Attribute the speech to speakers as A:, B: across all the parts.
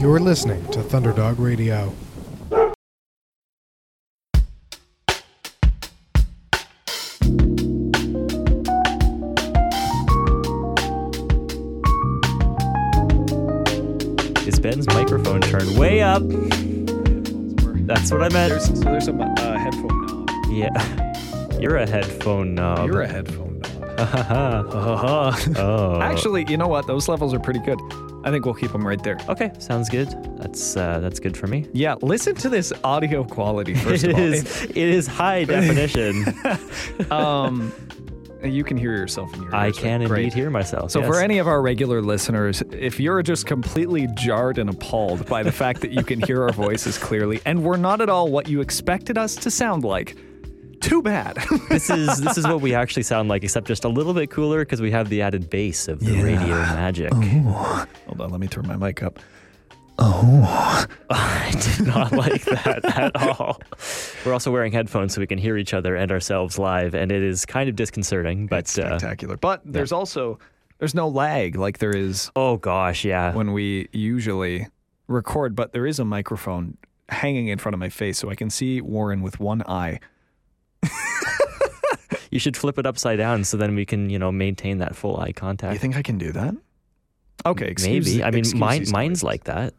A: You're listening to Thunderdog Radio.
B: Is Ben's microphone turned way up? That's what I meant.
C: There's so there's a mi- uh, headphone knob.
B: Yeah. You're a headphone Oh, knob.
C: You're a headphone knob.
B: oh.
C: Actually, you know what? Those levels are pretty good. I think we'll keep them right there.
B: Okay, sounds good. That's uh, that's good for me.
C: Yeah, listen to this audio quality first
B: it
C: of all.
B: is it is high definition.
C: It- um, you can hear yourself in your
B: I
C: ears, right?
B: can
C: Great.
B: indeed hear myself.
C: So
B: yes.
C: for any of our regular listeners, if you're just completely jarred and appalled by the fact that you can hear our voices clearly and we're not at all what you expected us to sound like, too bad.
B: this is this is what we actually sound like, except just a little bit cooler because we have the added bass of the radio magic.
C: Hold on, let me turn my mic up.
B: I did not like that at all. We're also wearing headphones so we can hear each other and ourselves live, and it is kind of disconcerting. But uh,
C: Spectacular. But there's also there's no lag like there is
B: oh gosh, yeah.
C: when we usually record, but there is a microphone hanging in front of my face so I can see Warren with one eye.
B: You should flip it upside down so then we can, you know, maintain that full eye contact.
C: You think I can do that? Okay, excuse
B: maybe. I mean,
C: excuse
B: mine,
C: these
B: mine's
C: noises. Uh,
B: like that.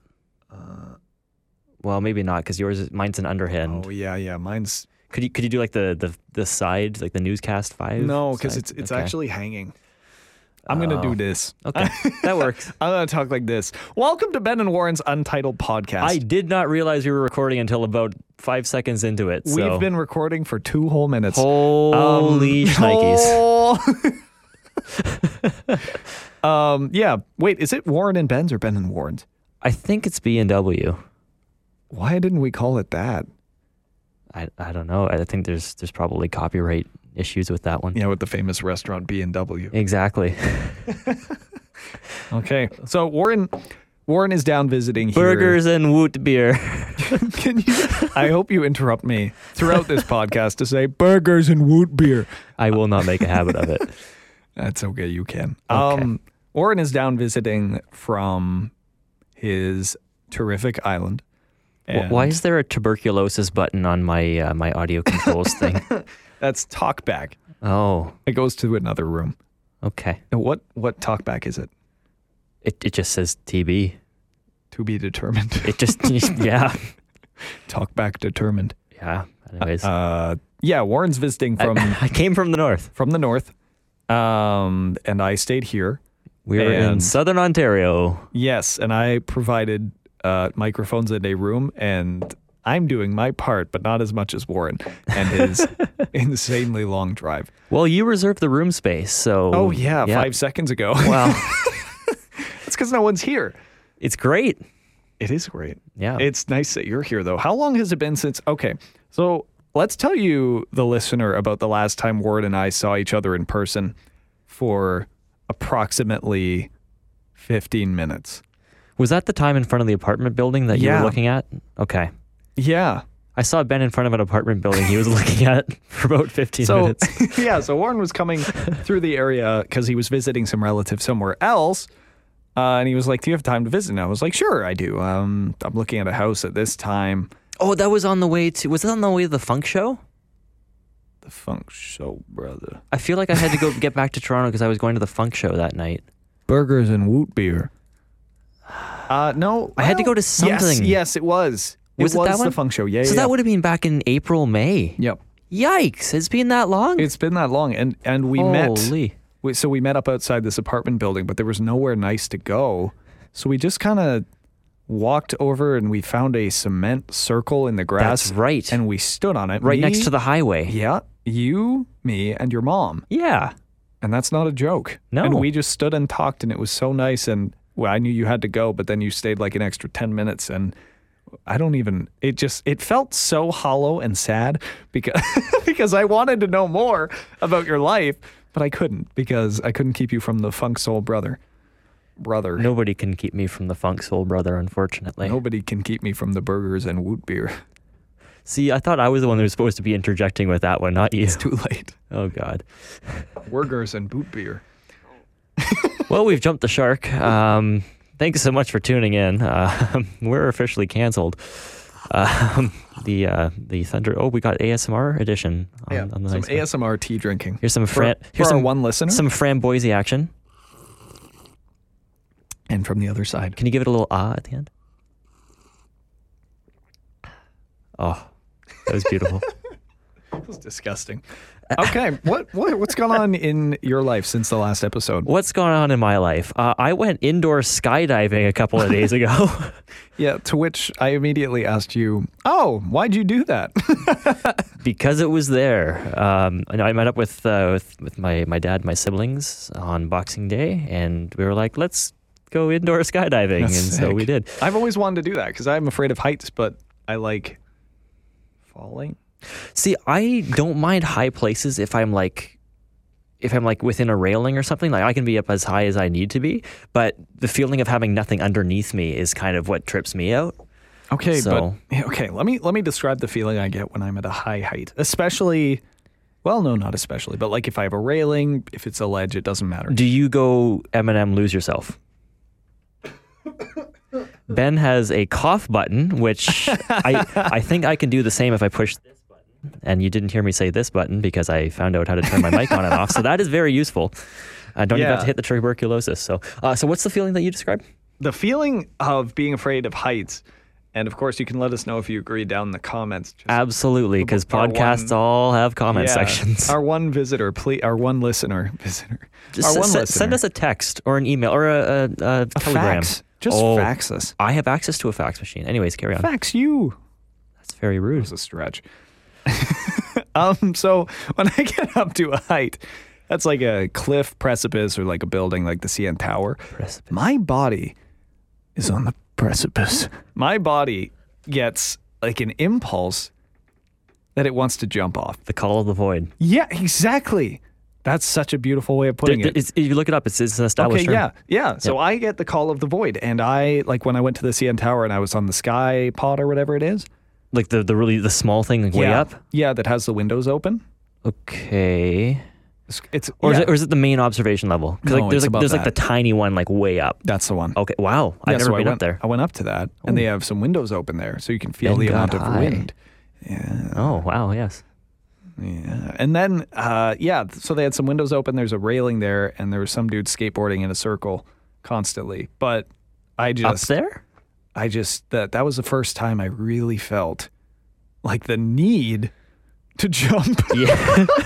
B: well, maybe not because yours, is, mine's an underhand.
C: Oh yeah, yeah, mine's
B: Could you could you do like the the the side like the newscast five?
C: No, because
B: side?
C: it's it's
B: Okay.
C: actually hanging. I'm gonna
B: Oh.
C: do this.
B: okay. that works.
C: I'm gonna talk like this. Welcome to Ben and Warren's Untitled Podcast.
B: I did not realize we were recording until about five seconds into it.
C: We've
B: so-
C: been recording for two whole minutes. Um,
B: holy shnikes.
C: Oh. um, yeah. Wait, is it Warren and Ben's or Ben and Warren's?
B: I think it's B and W.
C: Why didn't we call it that?
B: I I don't know. I think there's there's probably copyright issues with that one.
C: You know, with the famous restaurant B and W.
B: Exactly.
C: Okay. So Warren, Warren is down visiting here.
B: Burgers and woot beer.
C: Can you? I hope you interrupt me throughout this podcast to say burgers and woot beer.
B: I will not make a habit of it.
C: That's okay. You can.
B: Okay.
C: Um, Warren is down visiting from his terrific island.
B: Wh- Why is there a tuberculosis button on my uh, my audio controls thing?
C: That's talkback.
B: Oh,
C: It goes to another room.
B: okay.
C: And What what talkback is it?
B: It it just says TB.
C: To be determined.
B: It just yeah
C: talkback determined.
B: yeah. Anyways,
C: Uh, yeah, Warren's visiting from
B: I came from the north.
C: from the north, um, and I stayed here.
B: We were in
C: And-
B: southern Ontario.
C: Yes, and I provided uh, microphones in a room, and I'm doing my part, but not as much as Warren and his insanely long drive.
B: Well, you reserved the room space, so
C: Oh yeah, five seconds ago.
B: Well,
C: it's because no one's here.
B: it's great.
C: It is great.
B: Yeah.
C: It's nice that you're here, though. How long has it been since? Okay. So let's tell you, the listener, about the last time Ward and I saw each other in person for approximately 15 minutes.
B: Was that the time in front of the apartment building that you
C: Yeah.
B: were looking at? Okay.
C: Yeah.
B: I saw Ben in front of an apartment building he was looking at for about 15
C: So,
B: minutes.
C: yeah. So Warren was coming through the area because he was visiting some relative somewhere else. Uh, and he was like, Do you have time to visit? And I was like, Sure, I do. Um, I'm looking at a house at this time.
B: Oh, that was on the way to, was that on the way to the funk show?
C: The funk show, brother.
B: I feel like I had to go get back to Toronto because I was going to the funk show that night.
C: burgers and woot beer. Uh, no,
B: I had to
C: well,
B: go to something.
C: Yes, yes, it was.
B: Was it
C: it was
B: that one?
C: the funk show. Yeah,
B: so
C: yeah.
B: that would have been back in April, May.
C: Yep.
B: Yikes. It's been that long?
C: It's been that long, and and we met.
B: Holy.
C: We, so we met up outside this apartment building, but there was nowhere nice to go. So we just kind of walked over, and we found a cement circle in the grass.
B: That's right.
C: And we stood on it,
B: Right
C: Me-
B: next to the highway.
C: Yeah, you, me, and your mom.
B: Yeah.
C: And that's not a joke.
B: No.
C: And we just stood and talked, and it was so nice. And well, I knew you had to go, but then you stayed like an extra 10 minutes. And I don't even, it just, it felt so hollow and sad because, because I wanted to know more about your life, but I couldn't because I couldn't keep you from the funk soul brother. Brother.
B: Nobody can keep me from the funk soul brother, unfortunately.
C: Nobody can keep me from the burgers and woot beer.
B: See, I thought I was the one who was supposed to be interjecting with that one, not you.
C: Too late.
B: Oh, God.
C: Burgers and boot beer.
B: Well, we've jumped the shark. Um, Thanks so much for tuning in. Uh, we're officially canceled. Um, the uh, the Thunder. Oh, we got ASMR edition. On,
C: Yeah,
B: on the
C: some
B: next one.
C: ASMR tea drinking.
B: Here's some Fran.
C: for,
B: Here's
C: for our
B: some
C: one listener,
B: Some framboise action.
C: and from the other side.
B: Can you give it a little ah at the end? Oh, that was beautiful.
C: It's disgusting. Okay, what what what's gone on in your life since the last episode?
B: What's going on in my life? Uh, I went indoor skydiving a couple of days ago.
C: Yeah, to which I immediately asked you, "Oh, why'd you do that?"
B: because it was there. Um, and I met up with, uh, with with my my dad, and my siblings on Boxing Day, and we were like, let's go indoor skydiving, and
C: That's
B: so we
C: sick.
B: did.
C: I've always wanted to do that because I'm afraid of heights, but I like falling.
B: See, I don't mind high places if I'm like if I'm like within a railing or something, like I can be up as high as I need to be, but the feeling of having nothing underneath me is kind of what trips me out.
C: Okay,
B: So-
C: but yeah, okay, let me let me describe the feeling I get when I'm at a high height, especially. Well, no, not especially, but like if I have a railing, if it's a ledge, it doesn't matter.
B: Do you go Eminem lose yourself? ben has a cough button, which I I think I can do the same if I push this button. And you didn't hear me say this button because I found out how to turn my mic on and off. So that is very useful. I don't even have
C: Yeah.
B: to hit the tuberculosis. So uh, so what's the feeling that you described?
C: the feeling of being afraid of heights, and of course, you can let us know if you agree down in the comments. Just,
B: Absolutely, because
C: our
B: podcasts
C: one-
B: all have comment
C: Yeah.
B: sections.
C: Our one visitor, please, our one listener, visitor,
B: Just
C: our one
B: s-
C: listener.
B: s- send us a text or an email or a, a, a, telegram.
C: fax. Just
B: Oh,
C: fax us.
B: I have access to a fax machine. Anyways, carry on.
C: Fax you.
B: That's very rude.
C: was a stretch. um, so when I get up to a height, that's like a cliff precipice or like a building like the CN Tower.
B: Precipice.
C: My body is on the precipice. My body gets like an impulse that it wants to jump off.
B: The call of the void.
C: Yeah, exactly. That's such a beautiful way of putting it.
B: It's- you look it up. It's, it's an established
C: Okay,
B: term.
C: yeah, yeah. So I get the call of the void, and I like when I went to the CN Tower and I was on the sky pod or whatever it is.
B: Like the, the really the small thing like way
C: yeah.
B: up.
C: Yeah, that has the windows open.
B: Okay.
C: It's, it's
B: Or, is
C: yeah.
B: it, or is it the main observation level? 'Cause,
C: No,
B: like, there's
C: it's
B: like
C: above
B: there's like the
C: that.
B: tiny one like way up.
C: That's the one.
B: Okay. Wow. I've Oh,
C: Yeah,
B: never
C: so I
B: been
C: went,
B: up there.
C: I went up to that, and they have some windows open there, so you can feel
B: Ben
C: the
B: got
C: amount of
B: high.
C: wind. Yeah,
B: Oh wow. Yes.
C: yeah. And then, uh, yeah, th- so they had some windows open. There's a railing there, and there was some dude skateboarding in a circle constantly. But I
B: Up
C: just,
B: there.
C: I just that that was the first time I really felt like the need to jump.
B: Yeah.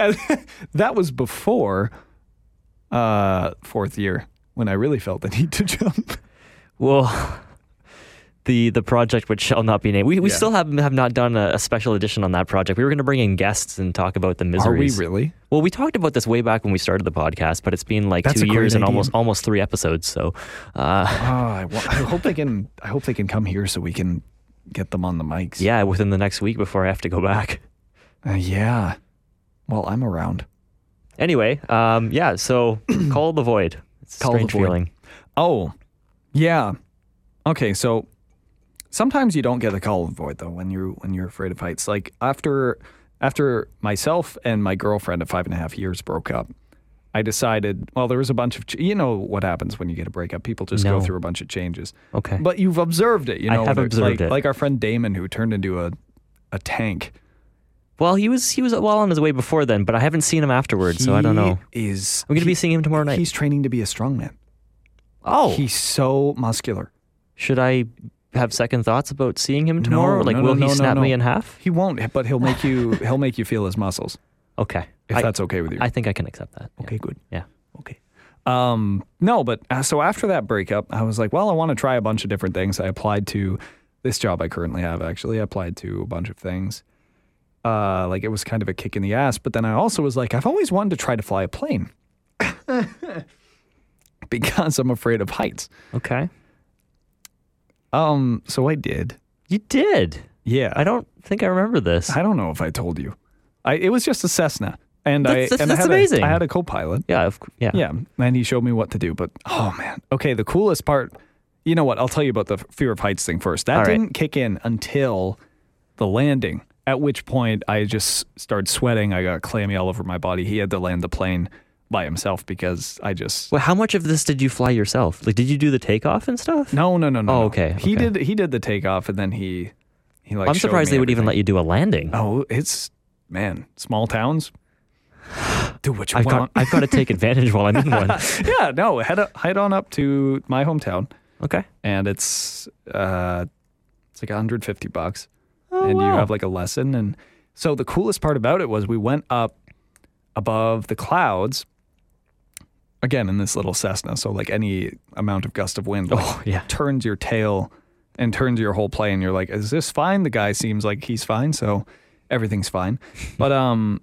C: And that was before uh, fourth year when I really felt the need to jump.
B: Well, the the project which shall not be named. We, we
C: Yeah.
B: still have have not done a, a special edition on that project. We were going to bring in guests and talk about the
C: Are we
B: miseries.
C: really?
B: Well, we talked about this way back when we started the podcast, but it's been like
C: That's
B: two
C: a great
B: years and
C: idea.
B: almost almost three episodes. So, uh,
C: Oh, I, wa- I hope they can. I hope they can come here so we can get them on the mics.
B: yeah, within the next week before I have to go back.
C: Uh, yeah. Well, I'm around.
B: Anyway, um, yeah. So call the void. It's a
C: Call the
B: strange
C: void.
B: feeling.
C: Oh, yeah. Okay, so sometimes you don't get the call of void though when you're when you're afraid of heights. Like after after myself and my girlfriend of five and a half years broke up, I decided. Well, there was a bunch of ch- you know what happens when you get a breakup. People just
B: No.
C: go through a bunch of changes.
B: Okay.
C: But you've observed it. You
B: I
C: know,
B: have
C: whether-
B: observed
C: like,
B: it.
C: Like our friend Damon who turned into a a tank.
B: well, he was he was well on his way before then, but I haven't seen him afterwards, so I don't know.
C: He Is
B: I'm going to be
C: he-
B: seeing him tomorrow night.
C: He's training to be a strongman.
B: Oh,
C: He's so muscular.
B: should I have second thoughts about seeing him tomorrow? like,
C: no,
B: will
C: no, no,
B: he
C: no,
B: snap
C: no.
B: me in half?
C: He won't, but he'll make you. he'll make you feel his muscles
B: Okay,
C: if
B: I,
C: that's okay with you.
B: I think I can accept that. yeah.
C: okay, good.
B: Yeah.
C: Okay. Um, no, but uh, so after that breakup, I was like, well, I want to try a bunch of different things. I applied to this job I currently have. Actually, I applied to a bunch of things. Uh, like it was kind of a kick in the ass, but then I also was like, I've always wanted to try to fly a plane because I'm afraid of heights.
B: Okay,
C: Um, so I did.
B: you did.
C: Yeah,
B: I don't think I remember this.
C: I don't know if I told you. I it was just a Cessna, and I
B: That's- that's-
C: and I
B: that's
C: had
B: amazing.
C: A, I had a co-pilot.
B: yeah, of, cou- yeah,
C: Yeah, and he showed me what to do. But oh man, okay. The coolest part, you know what? I'll tell you about the fear of heights thing first. That
B: All right.
C: didn't kick in until the landing. At which point, I just started sweating. I got clammy all over my body. He had to land the plane by himself because I just
B: Well, how much of this did you fly yourself? Like, did you do the takeoff and stuff?
C: no no no no.
B: Oh,
C: no.
B: okay,
C: He
B: okay.
C: did he did the takeoff and then he he like.
B: I'm surprised they would even let you do a landing.
C: Oh, it's man, small towns. Do what you
B: I've got,
C: want.
B: I've got to take advantage while I'm in one.
C: yeah, no, head up, head on up to my hometown,
B: Okay.
C: and it's uh, it's like 150 bucks,
B: Oh,
C: and you
B: wow.
C: have like a lesson. And so the coolest part about it was we went up above the clouds, again in this little Cessna. So like any amount of gust of wind, like,
B: Oh, yeah.
C: turns your tail and turns your whole plane. You're like, is this fine? The guy seems like he's fine, so everything's fine. but um,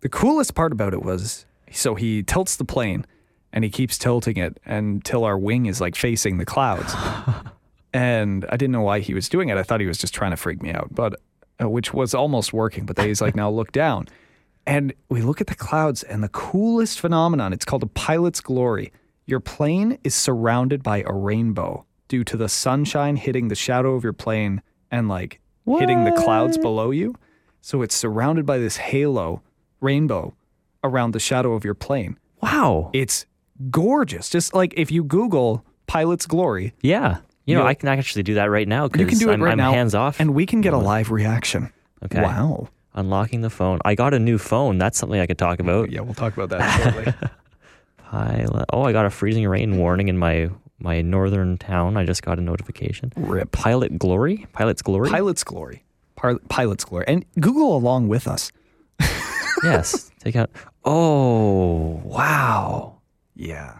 C: the coolest part about it was so he tilts the plane and he keeps tilting it until our wing is like facing the clouds. and I didn't know why he was doing it. I thought he was just trying to freak me out, but uh, which was almost working. But then he's like, now look down. And we look at the clouds and the coolest phenomenon, it's called a pilot's glory. Your plane is surrounded by a rainbow due to the sunshine hitting the shadow of your plane and like hitting the clouds below you. So it's surrounded by this halo rainbow around the shadow of your plane.
B: Wow.
C: It's gorgeous. Just like if you Google pilot's glory,
B: Yeah. You know,
C: You'll-
B: I can actually do that right now
C: you can
B: because
C: do it
B: I'm,
C: right
B: I'm
C: now.
B: hands off.
C: and we can get a live reaction.
B: Okay.
C: Wow.
B: Unlocking the phone. I got a new phone. That's something I could talk about.
C: Yeah, we'll talk about that shortly.
B: Pilot. Oh, I got a freezing rain warning in my my northern town. I just got a notification.
C: Rip.
B: Pilot glory. Pilot's glory.
C: Pilot's glory. Par- Pilot's glory. And Google along with us.
B: yes. Take out. Oh, wow.
C: Yeah.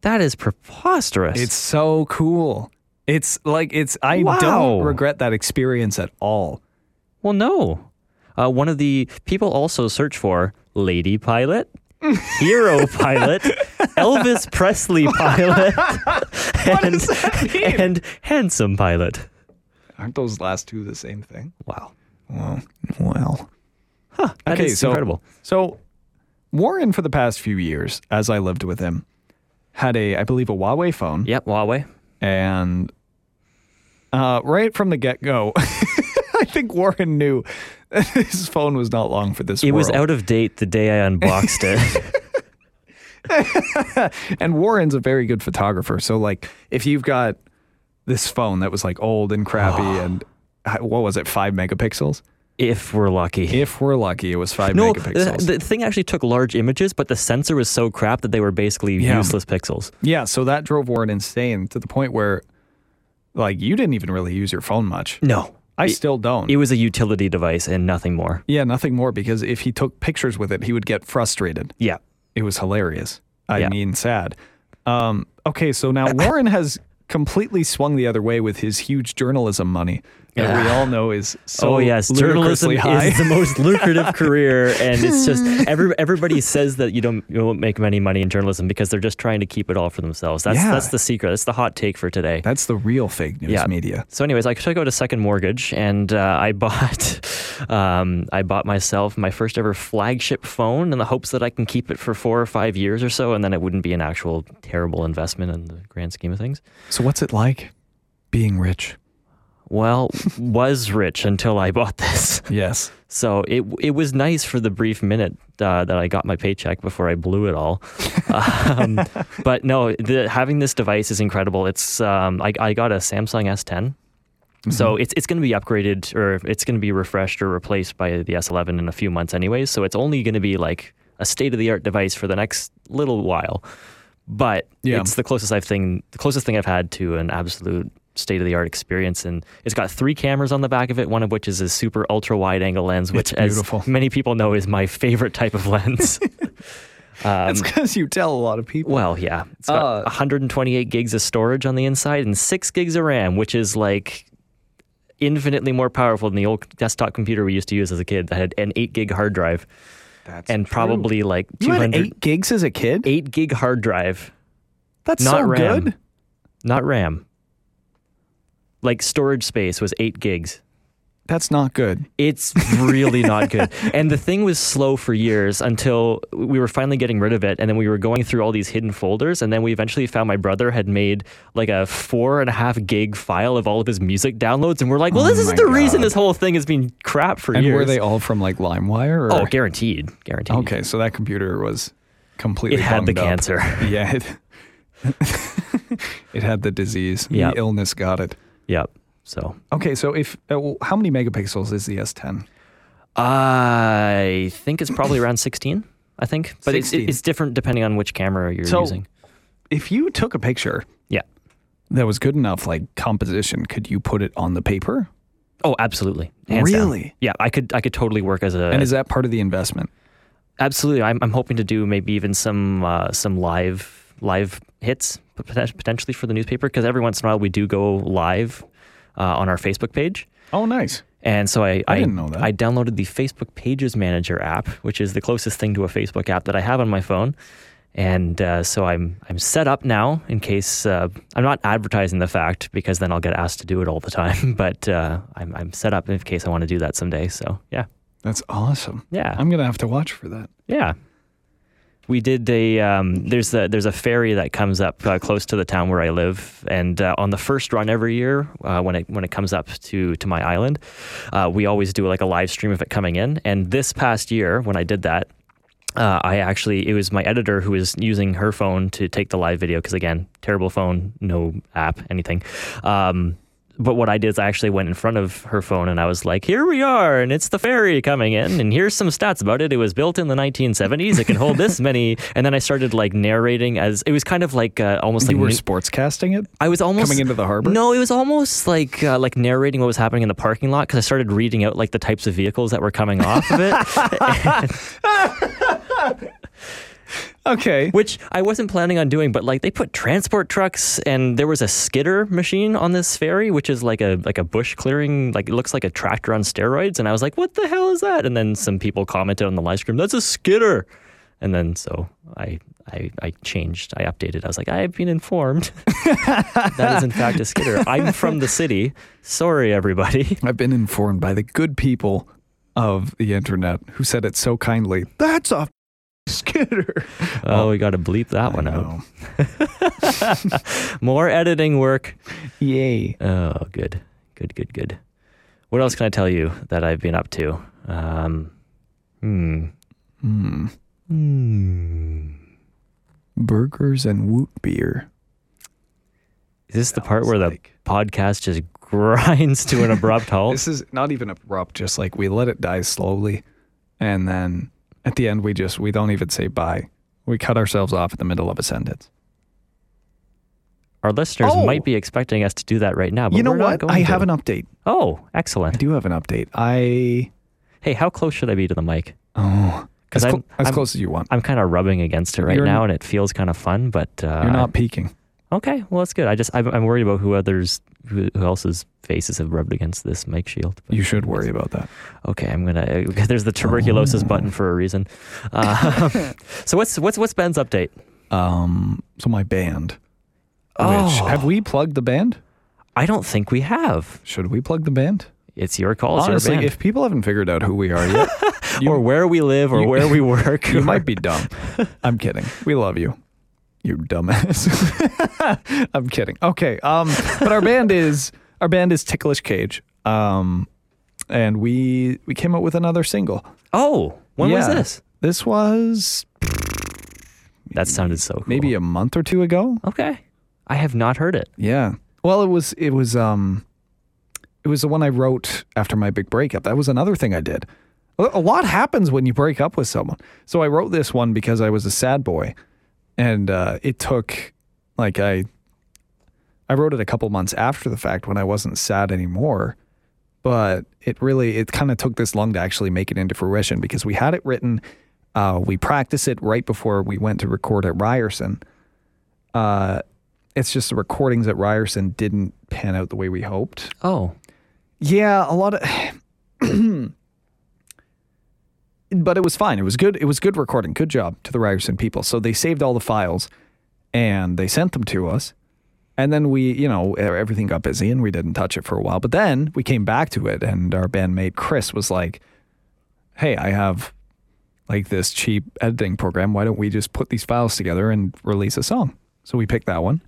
B: That is preposterous.
C: It's so cool. It's like it's I
B: Wow.
C: don't regret that experience at all.
B: well, no. Uh, one of the people also search for lady pilot, hero pilot, Elvis Presley pilot, and, and handsome pilot.
C: Aren't those last two the same thing?
B: Wow.
C: Well, well.
B: That is
C: so,
B: incredible.
C: So Warren for the past few years as I lived with him had a I believe a Huawei phone
B: Yep, Huawei.
C: and uh, right from the get-go I think Warren knew his phone was not long for this
B: It was
C: world.
B: out of date the day I unboxed it.
C: And Warren's a very good photographer. So like if you've got this phone that was like old and crappy and uh, what was it, five megapixels?
B: if we're lucky.
C: If we're lucky, it was five
B: no, the,
C: megapixels.
B: the thing actually took large images, but the sensor was so crap that they were basically
C: Yeah.
B: useless pixels.
C: yeah, so that drove Warren insane to the point where like you didn't even really use your phone much.
B: No.
C: I still don't.
B: It was a utility device and nothing more.
C: yeah, nothing more because if he took pictures with it, he would get frustrated.
B: Yeah.
C: It was hilarious. I
B: Yeah.
C: mean, sad. Um, okay, so now Warren has completely swung the other way with his huge journalism money that we all know is so
B: oh yes, journalism
C: ludicrously high.
B: is the most lucrative career, and it's just every, everybody says that you don't you won't make many money in journalism because they're just trying to keep it all for themselves. That's
C: Yeah.
B: that's the secret. That's the hot take for today.
C: That's the real fake news
B: Yeah.
C: media.
B: So, anyways, I took out a second mortgage, and uh, I bought, um, I bought myself my first ever flagship phone in the hopes that I can keep it for four or five years or so, and then it wouldn't be an actual terrible investment in the grand scheme of things.
C: So what's it like being rich?
B: Well, was rich until I bought this,
C: Yes.
B: so it it was nice for the brief minute uh, that I got my paycheck before I blew it all. um, but no, the, having this device is incredible. It's um, I, I got a Samsung S10.
C: Mm-hmm.
B: So it's it's going to be upgraded or it's going to be refreshed or replaced by the S11 in a few months anyways. So it's only going to be like a state of the art device for the next little while. But
C: Yeah.
B: it's the closest I've thing the closest thing I've had to an absolute state of the art experience and it's got three cameras on the back of it one of which is a super ultra wide angle lens which as
C: beautiful.
B: many people know is my favorite type of lens Um,
C: That's because you tell a lot of people.
B: Well, yeah. It's got
C: Uh,
B: 128 gigs of storage on the inside and 6 gigs of RAM, which is like infinitely more powerful than the old desktop computer we used to use as a kid that had an 8 gig hard drive
C: That's
B: and probably like
C: you had
B: 200
C: eight gigs as a kid.
B: 8 gig hard drive,
C: That's
B: not
C: so
B: RAM.
C: good.
B: not RAM. Like storage space was 8 gigs.
C: That's not good.
B: It's really not good. And the thing was slow for years until we were finally getting rid of it. And then we were going through all these hidden folders. And then we eventually found my brother had made like a four and a half gig file of all of his music downloads. And we're like, well,
C: Oh
B: this isn't
C: my
B: the reason
C: God.
B: this whole thing has been crap for
C: And
B: years.
C: were they all from like LimeWire? Or?
B: oh, guaranteed. Guaranteed.
C: okay. So that computer was completely
B: It had the
C: bunged up.
B: cancer.
C: Yeah. It, it had the disease.
B: Yeah.
C: The illness got it.
B: yep. So
C: Okay, so if uh, well, how many megapixels is the S10?
B: I think it's probably around 16. I think, but it's,
C: 16.
B: it's different depending on which camera you're
C: So-
B: using.
C: If you took a picture
B: Yeah.
C: that was good enough, like composition, could you put it on the paper?
B: Oh, absolutely. Hands down.
C: Really?
B: Yeah, I could I could totally work as a
C: And is that part of the investment?
B: absolutely. I'm, I'm hoping to do maybe even some uh, some live live hits pot- poten- potentially for the newspaper because every once in a while we do go live uh, on our Facebook page.
C: Oh, nice.
B: And so I,
C: I didn't know that.
B: I downloaded the Facebook Pages Manager app, which is the closest thing to a Facebook app that I have on my phone. And uh, so I'm I'm set up now in case uh, I'm not advertising the fact because then I'll get asked to do it all the time. But uh, I'm I'm set up in case I want to do that someday. So yeah,
C: That's awesome.
B: yeah,
C: I'm gonna have to watch for that.
B: yeah. We did a um, there's a there's a ferry that comes up uh, close to the town where I live, and uh, on the first run every year uh, when it when it comes up to to my island, uh, we always do like a live stream of it coming in. And this past year when I did that, uh, I actually it was my editor who was using her phone to take the live video because again, terrible phone, no app, anything. Um, but what I did is I actually went in front of her phone and I was like, "Here we are, and it's the ferry coming in, and here's some stats about it. It was built in the 1970s. It can hold this many." And then I started like narrating as it was kind of like uh, almost like
C: you were
B: new-
C: sportscasting it?
B: I was almost
C: Coming into the harbor?
B: No, it was almost like uh, like narrating what was happening in the parking lot because I started reading out like the types of vehicles that were coming off of it,
C: Okay.
B: which I wasn't planning on doing. But like they put transport trucks and there was a skidder machine on this ferry, which is like a like a bush clearing, like it looks like a tractor on steroids. And I was like, what the hell is that? And then some people commented on the live stream, that's a skidder. And then so I I, I changed, I updated. I was like, I have been informed that is in fact a skidder. I'm from the city. Sorry, everybody.
C: I've been informed by the good people of the internet who said it so kindly. That's a skitter.
B: Oh, we got to bleep that one out. More editing work.
C: Yay.
B: Oh, good. Good, good, good. What else can I tell you that I've been up to? Um, hmm.
C: Mm.
B: Hmm.
C: Burgers and root beer.
B: Is this the part where the
C: Like-
B: podcast just grinds to an abrupt halt?
C: This is not even abrupt, just like we let it die slowly. And then at the end, we just, we don't even say bye. We cut ourselves off in the middle of a sentence.
B: Our listeners
C: Oh!
B: might be expecting us to do that right now, but
C: you know
B: we're not
C: what?
B: going
C: I
B: to.
C: have an update.
B: Oh,
C: I
B: excellent.
C: do have an update. I,
B: Hey, how close should I be to the mic?
C: oh,
B: 'Cause
C: as, clo-
B: I'm-
C: as
B: I'm-
C: close as you want.
B: I'm kind of rubbing against it right
C: You're
B: now,
C: not-
B: and it feels kind of fun. But uh,
C: You're not peeking.
B: Okay, well that's good. I just I'm, I'm worried about who others who, who else's faces have rubbed against this mic shield. But,
C: You should worry about that.
B: okay, I'm gonna. uh, There's the tuberculosis button for a reason. Uh, so what's what's what's Ben's update?
C: Um, so my band. Which,
B: Oh.
C: have we plugged the band?
B: I don't think we have.
C: Should we plug the band?
B: It's your call. it's your
C: Honestly,
B: band.
C: if people haven't figured out who we are yet, you-
B: or where we live or
C: you-
B: where we work,
C: you might be dumb. I'm kidding. We love you. You dumbass. I'm kidding. Okay. Um, but our band is our band is Ticklish Cage. Um, and we we came out with another single.
B: Oh, when was
C: Yeah.
B: this?
C: This was
B: That sounded so. Cool.
C: maybe a month or two ago.
B: okay. I have not heard it.
C: Yeah. Well, it was it was um it was the one I wrote after my big breakup. That was another thing I did. A a lot happens when you break up with someone. So I wrote this one because I was a sad boy and uh it took like I I wrote it a couple months after the fact when I wasn't sad anymore. But it really it kind of took this long to actually make it into fruition because we had it written uh, we practiced it right before we went to record at Ryerson. Uh, it's just the recordings at Ryerson didn't pan out the way we hoped.
B: Oh,
C: Yeah, a lot of but it was fine. It was good. It was good recording. Good job to the Ryerson people. So they saved all the files and they sent them to us. And then we, you know, e- everything got busy and we didn't touch it for a while. But then we came back to it and our bandmate Chris was like, "Hey, I have like this cheap editing program. Why don't we just put these files together and release a song?" So we picked that one.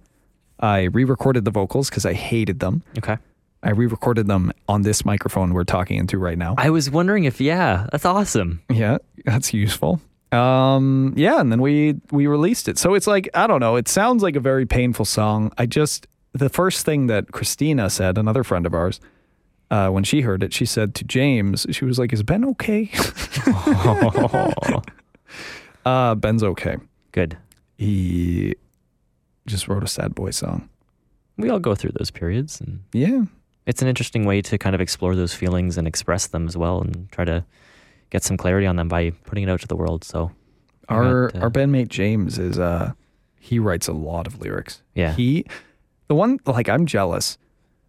C: I re-recorded the vocals cuz I hated them.
B: okay.
C: I re-recorded them on this microphone we're talking into right now.
B: I was wondering if yeah, that's awesome.
C: yeah, that's useful. Um, yeah, and then we we released it. So it's like I don't know. It sounds like a very painful song. I just the first thing that Christina said, another friend of ours, uh, when she heard it, she said to James, she was like, "Is Ben okay?" uh, Ben's okay.
B: Good.
C: He just wrote a sad boy song.
B: We all go through those periods, and
C: Yeah,
B: it's an interesting way to kind of explore those feelings and express them as well, and try to get some clarity on them by putting it out to the world. So,
C: our
B: Got, uh,
C: our bandmate James is uh he writes a lot of lyrics.
B: Yeah.
C: He the one like I'm jealous.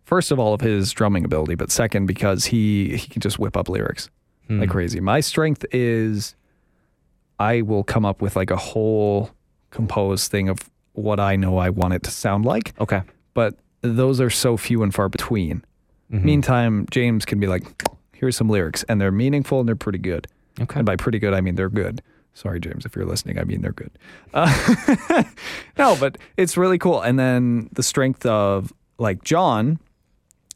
C: First of all of his drumming ability, but second because he he can just whip up lyrics
B: hmm.
C: like crazy. My strength is I will come up with like a whole composed thing of what I know I want it to sound like,
B: okay,
C: but those are so few and far between.
B: Hmm.
C: Mm-hmm. Meantime, James can be like, here's some lyrics and they're meaningful and they're pretty good.
B: okay,
C: And by pretty good, I mean they're good. Sorry, James, if you're listening, I mean they're good. Uh, no, but it's really cool. And then the strength of like John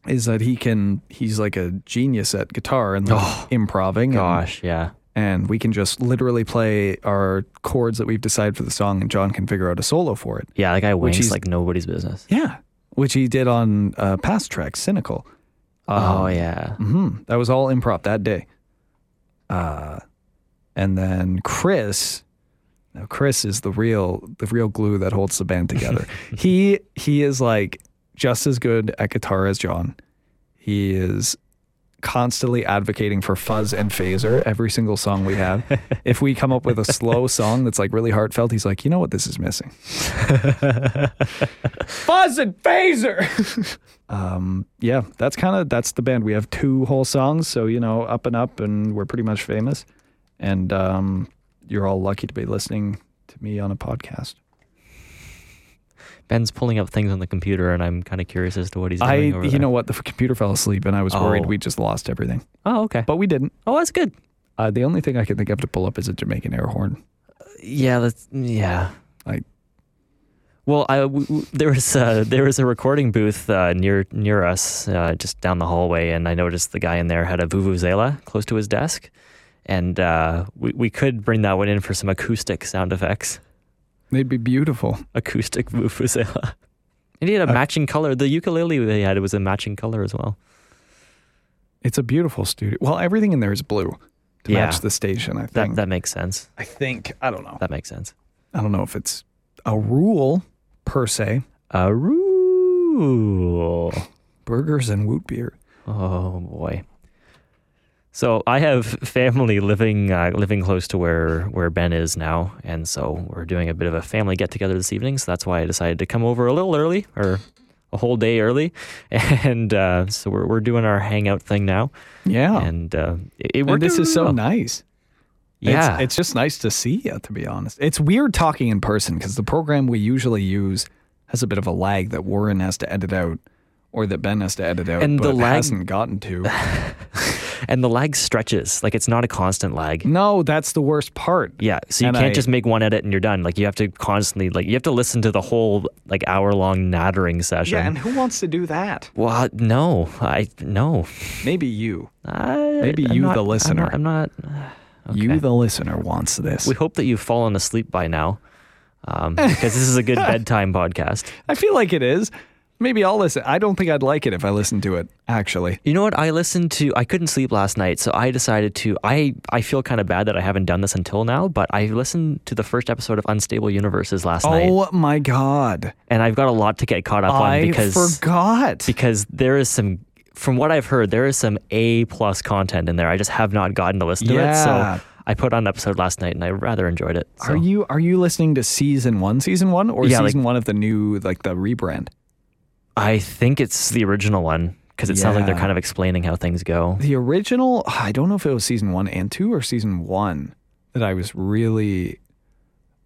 C: is that he can, he's like a genius at guitar and like, improving. and-
B: gosh, yeah,
C: And, we can just literally play our chords that we've decided for the song, and John can figure out a solo for it.
B: yeah. That guy wanks
C: is-
B: like nobody's business.
C: Yeah. Which he did on uh, past track, Cynical.
B: Oh yeah,
C: Mm-hmm. That was all improv that day. Uh, and then Chris, now Chris is the real the real glue that holds the band together. he he is like just as good at guitar as John. He is constantly advocating for fuzz and phaser every single song we have. if we come up with a slow song that's like really heartfelt, he's like, you know what this is missing? fuzz and phaser. um, yeah, that's kind of that's the band. We have two whole songs, so you know, up and up, and we're pretty much famous. And um, you're all lucky to be listening to me on a podcast.
B: Ben's pulling up things on the computer, and I'm kind of curious as to what he's doing
C: I,
B: over
C: you
B: there.
C: know what, the f- computer fell asleep, and I was worried
B: Oh.
C: we just lost everything,
B: oh okay,
C: but we didn't.
B: oh that's good.
C: Uh, the only thing I can think of to pull up is a Jamaican air horn.
B: Yeah, that's yeah.
C: Like-
B: well, I w- w- there was a, there was a recording booth uh, near near us, uh, just down the hallway, and I noticed the guy in there had a vuvuzela close to his desk, and uh, we we could bring that one in for some acoustic sound effects,
C: They'd be beautiful.
B: acoustic vuvuzela. And he had a
C: Uh,
B: matching color. The ukulele they had was a matching color as well.
C: It's a beautiful studio. Well, everything in there is blue to
B: Yeah.
C: match the station. I
B: That
C: think.
B: that makes sense.
C: I think. I don't know.
B: That makes sense.
C: I don't know if it's a rule per se.
B: A rule.
C: Burgers and root beer.
B: Oh boy. So I have family living uh, living close to where where Ben is now, and so we're doing a bit of a family get together this evening. So that's why I decided to come over a little early, or a whole day early, and uh, so we're we're doing our hangout thing now,
C: Yeah.
B: and uh, it, it
C: Oh. And
B: worked.
C: this
B: out
C: is so
B: well.
C: nice.
B: Yeah,
C: It's, it's just nice to see you, to be honest. It's weird talking in person because the program we usually use has a bit of a lag that Warren has to edit out or that Ben has to edit out
B: And the
C: but
B: lag-
C: hasn't gotten to.
B: and the lag stretches like it's not a constant lag.
C: no, that's the worst part.
B: Yeah, so you
C: Mm. And
B: can't
C: I-
B: just make one edit and you're done. Like you have to constantly like you have to listen to the whole like hour long nattering session.
C: Yeah, and who wants to do that?
B: Well, no, I no.
C: Maybe you.
B: I,
C: Maybe
B: I'm
C: you,
B: not-
C: the
B: I'm
C: listener.
B: not- I'm not.
C: You, the listener, wants this.
B: We hope that you've fallen asleep by now, um, because this is a good bedtime podcast.
C: I feel like it is. Maybe I'll listen. I don't think I'd like it if I listened to it, actually.
B: You know what? I listened to. I couldn't sleep last night, so I decided to. I I feel kind of bad that I haven't done this until now, but I listened to the first episode of Unstable Universes last night,
C: Oh my God.
B: and I've got a lot to get caught up on
C: I
B: because
C: forgot.
B: because there is some. From what I've heard, there is some A plus content in there. I just have not gotten to listen to
C: Yeah.
B: it. So I put on an episode last night, and I rather enjoyed it. So.
C: Are you are you listening to season one, season one, or
B: Yeah, like-
C: season one of the new like the rebrand?
B: I think it's the original one because it sounds like they're
C: Yeah.
B: kind of explaining how things go.
C: The original, I don't know if it was season one and two or season one that I was really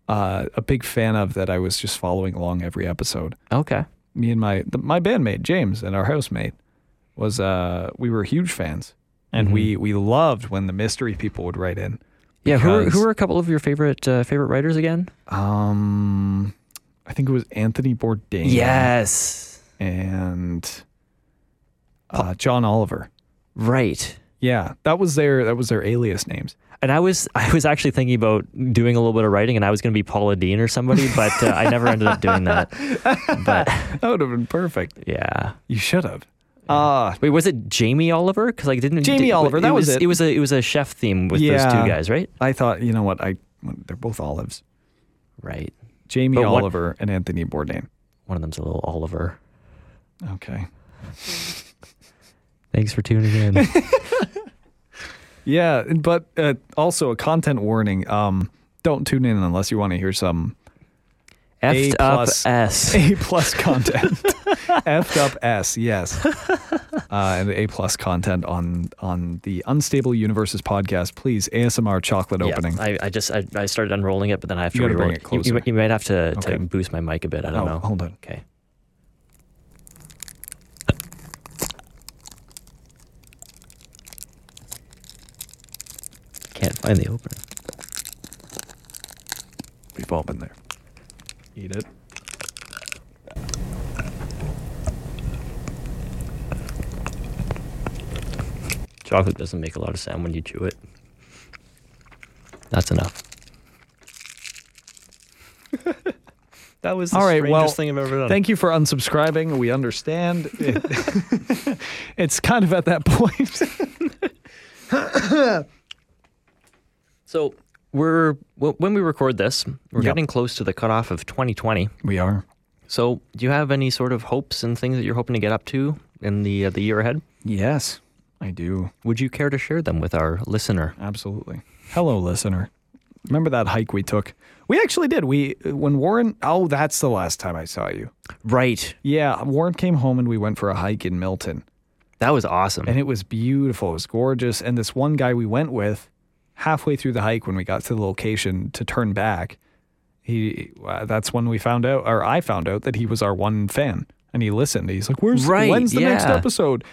C: uh, a big fan of. That I was just following along every episode.
B: Okay.
C: Me and my the, my bandmate James and our housemate was uh, we were huge fans, and
B: Mm-hmm.
C: we we loved when the mystery people would write in.
B: Yeah. Who are,
C: because-
B: who are a couple of your favorite uh, favorite writers again?
C: Um, I think it was Anthony Bourdain.
B: Yes.
C: and uh, John Oliver.
B: Right.
C: Yeah, that was their that was their alias names.
B: And I was I was actually thinking about doing a little bit of writing, and I was going to be Paula Dean or somebody, but uh, I never ended up doing that. But
C: That would have been perfect.
B: yeah,
C: You should have. Ah,
B: wait, was it Jamie Oliver? Because like didn't
C: Jamie
B: did-
C: Oliver, that was
B: was
C: it.
B: was a it was a chef theme with those
C: Yeah.
B: two guys, right?
C: I thought you know what I they're both olives.
B: Right.
C: Jamie
B: But what-
C: Oliver and Anthony Bourdain.
B: One of them's a little Oliver.
C: Okay.
B: Thanks for tuning in.
C: Yeah, but uh, also a content warning. Um, don't tune in unless you want to hear some
B: F'd up
C: plus.
B: S.
C: A plus content. F'd up S, yes. Uh, and A plus content on on the Unstable Universes podcast. Please ASMR chocolate
B: Yeah,
C: opening.
B: I, I just I, I started unrolling it, but then I have to
C: You gotta
B: re-roll
C: bring
B: it.
C: it
B: You- You,
C: closer.
B: you might have to, to
C: Okay.
B: boost my mic a bit. I don't
C: Oh,
B: know.
C: hold on.
B: Okay. Can't find the opener.
C: We've all been there. Eat it.
B: Chocolate doesn't make a lot of sound when you chew it. That's enough. that was the
C: All right,
B: strangest
C: well,
B: thing I've ever done.
C: Thank you for unsubscribing. We understand. It- it's kind of at that point.
B: So we're wh- when we record this, we're
C: Yep.
B: getting close to the cutoff of 2020.
C: We are.
B: So do you have any sort of hopes and things that you're hoping to get up to in the uh, the year ahead?
C: Yes, I do.
B: Would you care to share them with our listener?
C: Absolutely. Hello, listener. Remember that hike we took? We actually did. We when Warren. Oh, that's the last time I saw you.
B: Right.
C: Yeah, Warren came home and we went for a hike in Milton,
B: That was awesome.
C: and it was beautiful. It was gorgeous. And this one guy we went with, halfway through the hike, when we got to the location to turn back, he uh, that's when we found out, or I found out that he was our one fan, and he listened. He's like, "Where's
B: Right,
C: when's the next
B: yeah.
C: episode?"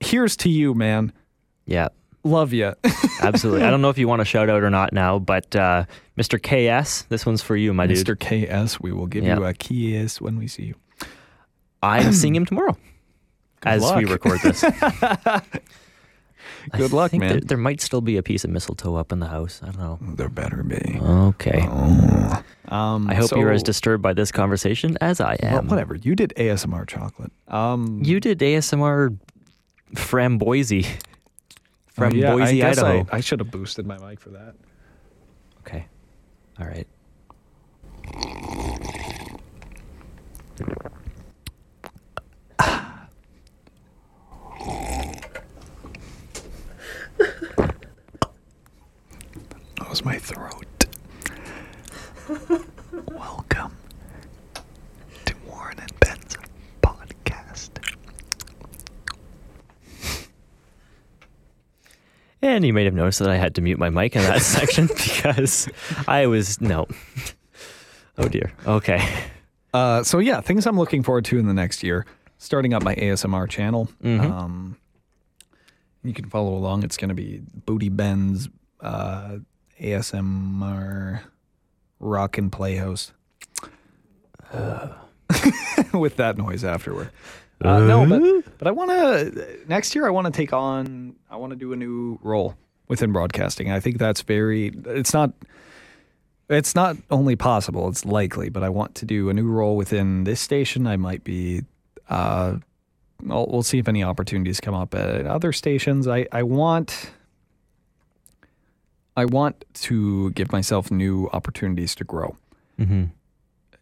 C: Here's to you, man.
B: yeah,
C: Love you.
B: absolutely. I don't know if you want to shout out or not now, but uh, Mr. KS, this one's for you, my dude.
C: Mr. KS, we will give
B: Yeah.
C: you a kiss when we see you.
B: I'm seeing him tomorrow as we
C: luck.
B: record this.
C: Good luck,
B: think
C: man.
B: There, there might still be a piece of mistletoe up in the house. I don't know.
C: There better be.
B: Okay.
C: Um,
B: I hope
C: so-
B: you're as disturbed by this conversation as I
C: Well,
B: am.
C: whatever. You did ASMR chocolate. Um,
B: You did ASMR Framboise from
C: oh, yeah, I
B: Boise,
C: guess I-
B: Idaho.
C: I, should have boosted my mic for that.
B: Okay. All right.
C: That was my throat. Welcome to Warren and Ben's podcast.
B: And you might have noticed that I had to mute my mic in that section because I was no. Oh dear. Okay.
C: Uh, so yeah, things I'm looking forward to in the next year. Starting up my ASMR channel. Um, you can follow along. It's going to be Booty Ben's uh, ASMR Rock and Play host. With that noise afterward. Uh, no, but, but I want to next year. I want to take on. I want to do a new role within broadcasting. I think that's very. It's not it's not only possible, it's likely, but I want to do a new role within this station. I might be, uh, we'll, we'll see if any opportunities come up at other stations. I, I want, I want to give myself new opportunities to grow.
B: Mm-hmm.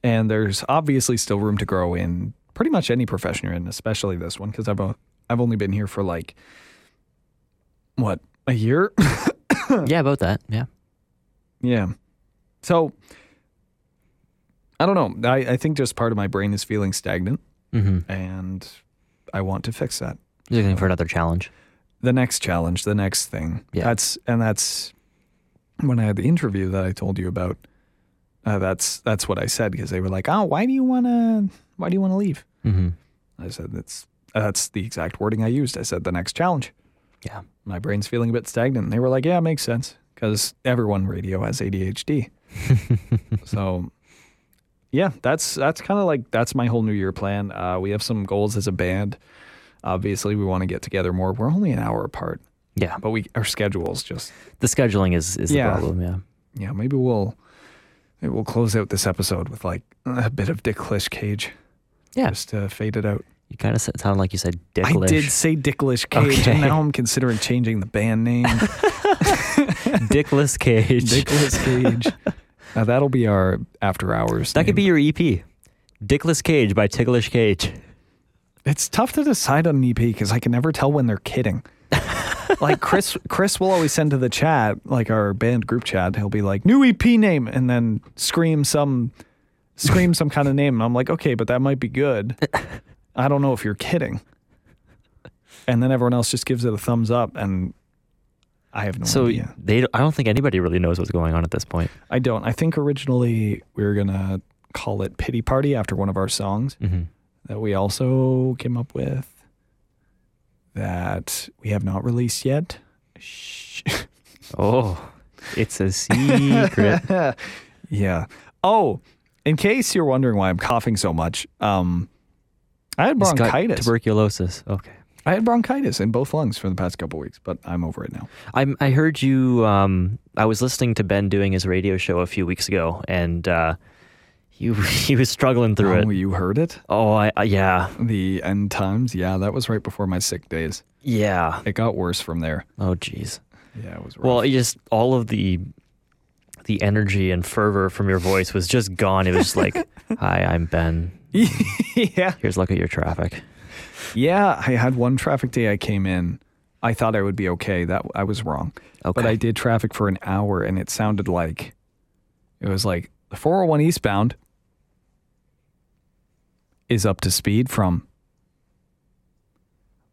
C: And there's obviously still room to grow in pretty much any profession you're in, especially this one, because I've, o- I've only been here for like, what, a year?
B: Yeah, about that. Yeah.
C: Yeah. So I don't know. I, I think just part of my brain is feeling stagnant
B: Mm-hmm.
C: and I want to fix that.
B: Just looking for another challenge.
C: The next challenge, the next thing.
B: Yeah.
C: That's and that's when I had the interview that I told you about. Uh, that's that's what I said because they were like, "Oh, why do you want to why do you want to leave?"
B: Mm-hmm.
C: I said that's that's the exact wording I used. I said the next challenge.
B: Yeah.
C: My brain's feeling a bit stagnant. And they were like, "Yeah, makes sense because everyone radio has ADHD." so yeah, that's that's kind of like that's my whole new year plan. Uh, we have some goals as a band. Obviously, we want to get together more. We're only an hour apart.
B: Yeah.
C: But we our schedules just
B: The scheduling is, is
C: Yeah.
B: the problem. Yeah.
C: yeah. Maybe we'll maybe we'll close out this episode with like a bit of Dick Lish Cage.
B: Yeah.
C: Just to fade it out.
B: You kind of sound like you said
C: I
B: dicklish.
C: did say Dick Lish Cage,
B: Okay.
C: and now I'm considering changing the band name.
B: Dickless Cage.
C: Dick Lish Cage. Now that'll be our after hours.
B: that could be
C: name.
B: your EP. Dickless Cage by Ticklish Cage.
C: It's tough to decide on an EP because I can never tell when they're kidding. like Chris, Chris will always send to the chat, like our band group chat. He'll be like, "New EP name," and then scream some, scream some kind of name, and I'm like, "Okay, but that might be good." I don't know if you're kidding. And then everyone else just gives it a thumbs up, and I have no
B: So
C: idea.
B: they, I don't think anybody really knows what's going on at this point.
C: I don't. I think originally we were gonna call it "Pity Party" after one of our songs.
B: hmm
C: that we also came up with that we have not released yet. Shh.
B: Oh, it's a secret.
C: yeah. Oh, in case you're wondering why I'm coughing so much, um, I had
B: He's got
C: bronchitis.
B: Tuberculosis. Okay.
C: I had bronchitis in both lungs for the past couple weeks, but I'm over it now.
B: I, I heard you. Um, I was listening to Ben doing his radio show a few weeks ago, and uh, he he was struggling through
C: Oh,
B: it.
C: you heard it?
B: Oh, I, I yeah,
C: The end times? Yeah, that was right before my sick days.
B: yeah.
C: It got worse from there.
B: Oh, jeez.
C: Yeah, it was rough.
B: Well, you just all of the the energy and fervor from your voice was just gone. It was just like, "Hi, I'm Ben.
C: yeah.
B: Here's a look at your traffic."
C: Yeah, I had one traffic day I came in. I thought I would be okay. That I was wrong. But
B: Okay.
C: I did traffic for an hour and it sounded like it was like the 401 eastbound is up to speed from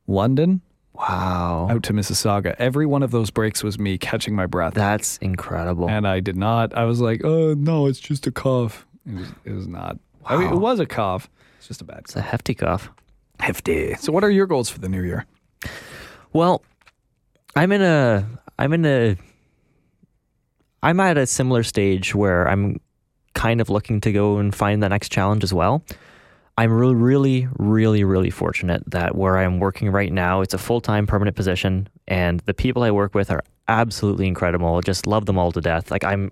C: London
B: Wow,
C: out to Mississauga. Every one of those breaks was me catching my breath.
B: that's incredible.
C: and I did not. I was like, "Oh, no, it's just a cough." It was, it was not. I mean, it
B: Wow.
C: was a cough. It's just a bad
B: It's a hefty cough.
C: Hefty. So what are your goals for the new year?
B: Well, I'm in a I'm in a I'm at a similar stage where I'm kind of looking to go and find the next challenge as well. I'm really really really really fortunate that where I'm working right now, it's a full-time permanent position and the people I work with are absolutely incredible. I just love them all to death. Like I'm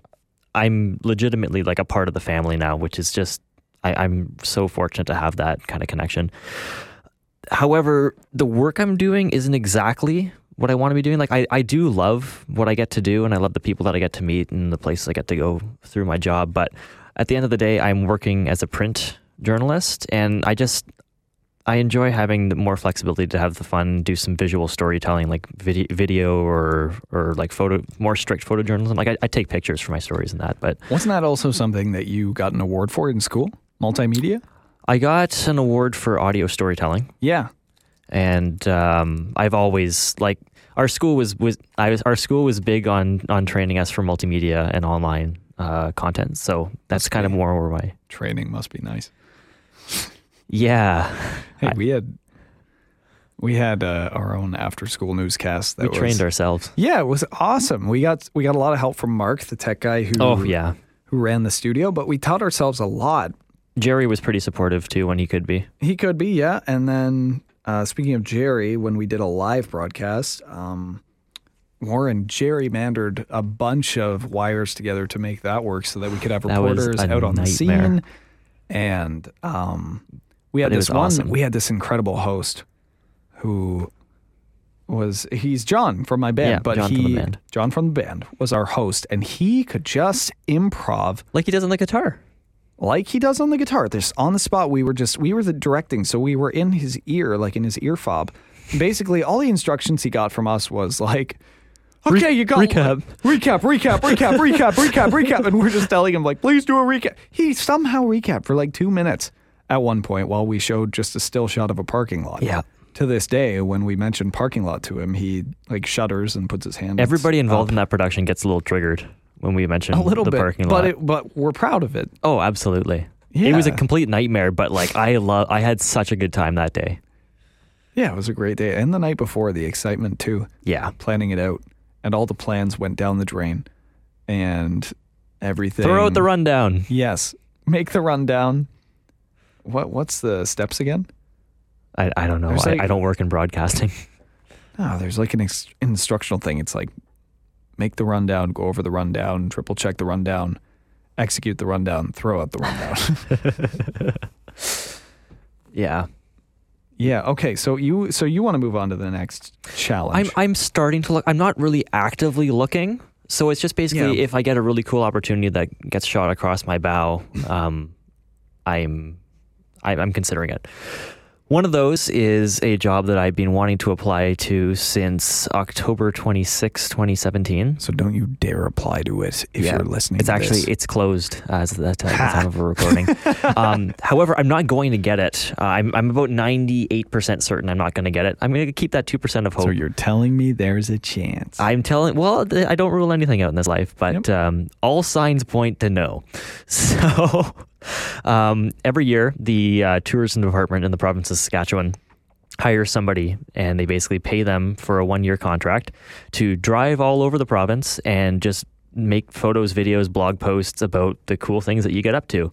B: I'm legitimately like a part of the family now, which is just I, I'm so fortunate to have that kind of connection however, the work I'm doing isn't exactly what I want to be doing. Like I, I do love what I get to do and I love the people that I get to meet and the places I get to go through my job. But at the end of the day, I'm working as a print journalist and I just I enjoy having the more flexibility to have the fun, do some visual storytelling, like video, video or or like photo, more strict photojournalism. Like I, I take pictures for my stories and that, but
C: Wasn't that also something that you got an award for in school? Multimedia?
B: I got an award for audio storytelling.
C: Yeah.
B: and um, I've always like our school was was I was our school was big on on training us for multimedia and online uh, content. So that's kind of
C: great.
B: more where my
C: Training must be nice.
B: yeah
C: Hey,
B: I-
C: we had we had uh, our own after school newscast that
B: we
C: was,
B: trained ourselves.
C: Yeah, it was awesome. We got we got a lot of help from Mark, the tech guy who
B: Oh yeah,
C: who ran the studio, but we taught ourselves a lot.
B: Jerry was pretty supportive too when he could be.
C: He could be, yeah. And then uh, speaking of Jerry, when we did a live broadcast, um, Warren gerrymandered a bunch of wires together to make that work so that we could have
B: That was
C: reporters
B: a
C: out on the
B: nightmare.
C: scene. And um, we had
B: But it
C: this
B: was
C: one
B: awesome.
C: we had this incredible host who was he's John from my band,
B: Yeah,
C: but
B: John
C: he
B: from the band.
C: John from the band was our host and he could just improv
B: Like he does on the guitar.
C: like he does on the guitar. This on the spot, we were just we were the directing, so we were in his ear, like in his ear fob. Basically, all the instructions he got from us was like, "Okay, you got
B: recap.
C: recap, recap, recap, recap, recap, recap," and we're just telling him like, "Please do a recap." He somehow recapped for like two minutes at one point while we showed just a still shot of a parking lot.
B: Yeah.
C: To this day, when we mentioned parking lot to him, he like shudders and puts his hand.
B: Everybody involved in that production gets a little triggered when we mention
C: a little
B: the
C: bit,
B: parking lot.
C: but it, but we're proud of it.
B: oh, absolutely. It was a
C: Yeah.
B: complete nightmare, but like I love, I had such a good time that day.
C: Yeah, it was a great day, and the night before, the excitement too.
B: Yeah,
C: planning it out, and all the plans went down the drain, and everything.
B: throw out the rundown.
C: Yes, make the rundown. What what's the steps again?
B: I, I don't know.
C: There's
B: I,
C: like-
B: I don't work in broadcasting.
C: no, Ah, there's like an ex- instructional thing. It's like make the rundown, go over the rundown, triple check the rundown, execute the rundown, throw out the rundown.
B: Yeah.
C: yeah. Okay. So you so you want to move on to the next challenge?
B: I'm I'm starting to look. I'm not really actively looking, so it's just basically
C: Yeah.
B: if I get a really cool opportunity that gets shot across my bow, um, I'm I- I'm considering it. One of those is a job that I've been wanting to apply to since October 26, 2017.
C: so don't you dare apply to it if
B: Yeah.
C: you're listening.
B: It's
C: to
B: actually
C: this.
B: it's closed as of that time, time of recording. um, however, I'm not going to get it. Uh, I'm I'm about 98% certain I'm not going to get it. I'm going to keep that 2% of hope.
C: So you're telling me there's a chance.
B: I'm telling. Well, th- I don't rule anything out in this life, but
C: Yep.
B: um, all signs point to no. So um, every year, the uh, tourism department in the province of Saskatchewan hires somebody, and they basically pay them for a one-year contract to drive all over the province and just make photos, videos, blog posts about the cool things that you get up to.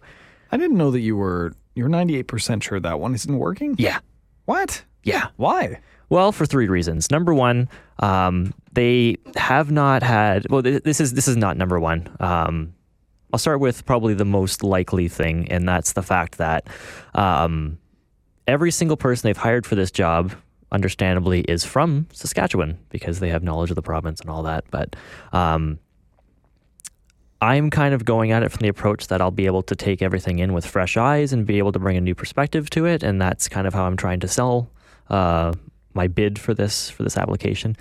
C: I didn't know that you were you're 98% sure that one isn't working.
B: Yeah,
C: What?
B: yeah.
C: Why?
B: Well, for three reasons. Number one, um, they have not had. Well, th- this is this is not number one. Um, I'll start with probably the most likely thing, and that's the fact that um, every single person they've hired for this job, understandably, is from Saskatchewan because they have knowledge of the province and all that. But um, I'm kind of going at it from the approach that I'll be able to take everything in with fresh eyes and be able to bring a new perspective to it, and that's kind of how I'm trying to sell uh, my bid for this for this application.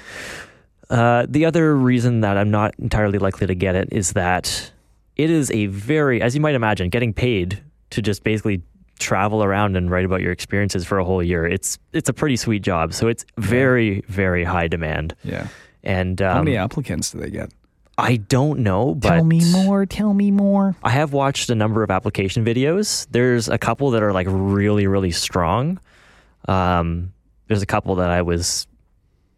B: Uh, the other reason that I'm not entirely likely to get it is that it is a very, as you might imagine, getting paid to just basically travel around and write about your experiences for a whole year. It's it's a pretty sweet job, so it's very very high demand.
C: Yeah.
B: And
C: How
B: um,
C: many applicants do they get?
B: I don't know, but
C: Tell me more.
B: I have watched a number of application videos. There's a couple that are like really, really strong. Um, there's a couple that I was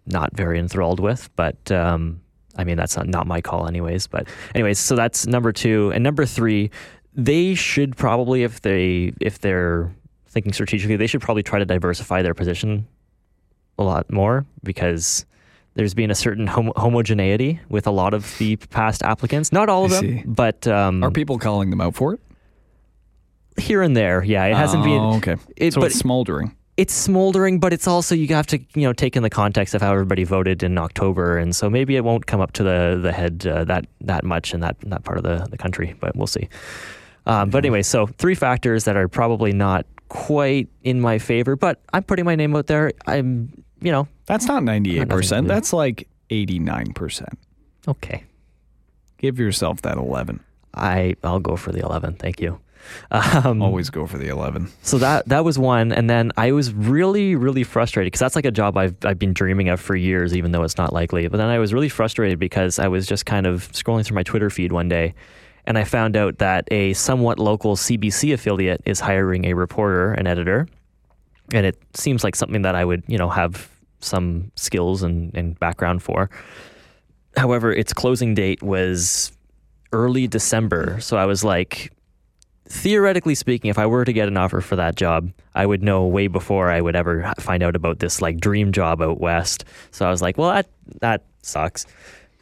B: not very enthralled with, but um, I mean that's not, not my call, anyways. But anyways, so that's number two and number three. They should probably, if they if they're thinking strategically, they should probably try to diversify their position a lot more because there's been a certain hom- homogeneity with a lot of the past applicants. Not all of
C: I
B: them,
C: see.
B: but um,
C: Are people calling them out for it?
B: here and there. Yeah, it hasn't
C: oh,
B: been.
C: okay.
B: It,
C: so
B: but
C: it's smoldering.
B: it's smoldering, but it's also you have to you know take in the context of how everybody voted in October, and so maybe it won't come up to the the head uh, that that much in that that part of the the country, but we'll see. Um, But anyway, so three factors that are probably not quite in my favor, but I'm putting my name out there. I'm you know
C: That's not 98%.
B: do.
C: That's like 89%.
B: okay.
C: Give yourself that 11.
B: I I'll go for the eleven. Thank you. Um,
C: Always go for the 11.
B: So that that was one, and then I was really really frustrated because that's like a job I've I've been dreaming of for years, even though it's not likely. But then I was really frustrated because I was just kind of scrolling through my Twitter feed one day, and I found out that a somewhat local CBC affiliate is hiring a reporter, an editor, and it seems like something that I would you know have some skills and, and background for. However, its closing date was early December, so I was like, theoretically speaking, if I were to get an offer for that job, I would know way before I would ever h- find out about this like dream job out west. So I was like, well, that that sucks.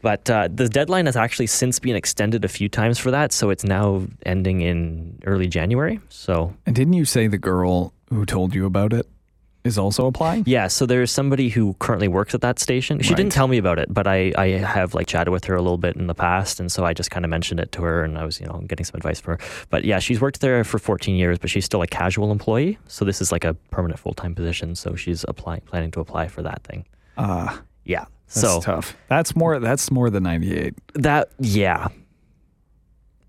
B: But uh, the deadline has actually since been extended a few times for that, so it's now ending in early January. So
C: And didn't you say the girl who told you about it is also applying?
B: yeah, so there's somebody who currently works at that station. She
C: Right.
B: didn't tell me about it, but I I have like chatted with her a little bit in the past, and so I just kind of mentioned it to her, and I was you know getting some advice from her. But yeah, she's worked there for 14 years, but she's still a casual employee, so this is like a permanent full time position. So she's applying planning to apply for that thing.
C: Ah,
B: Yeah.
C: that's
B: so
C: tough. That's more that's more than 98.
B: that yeah.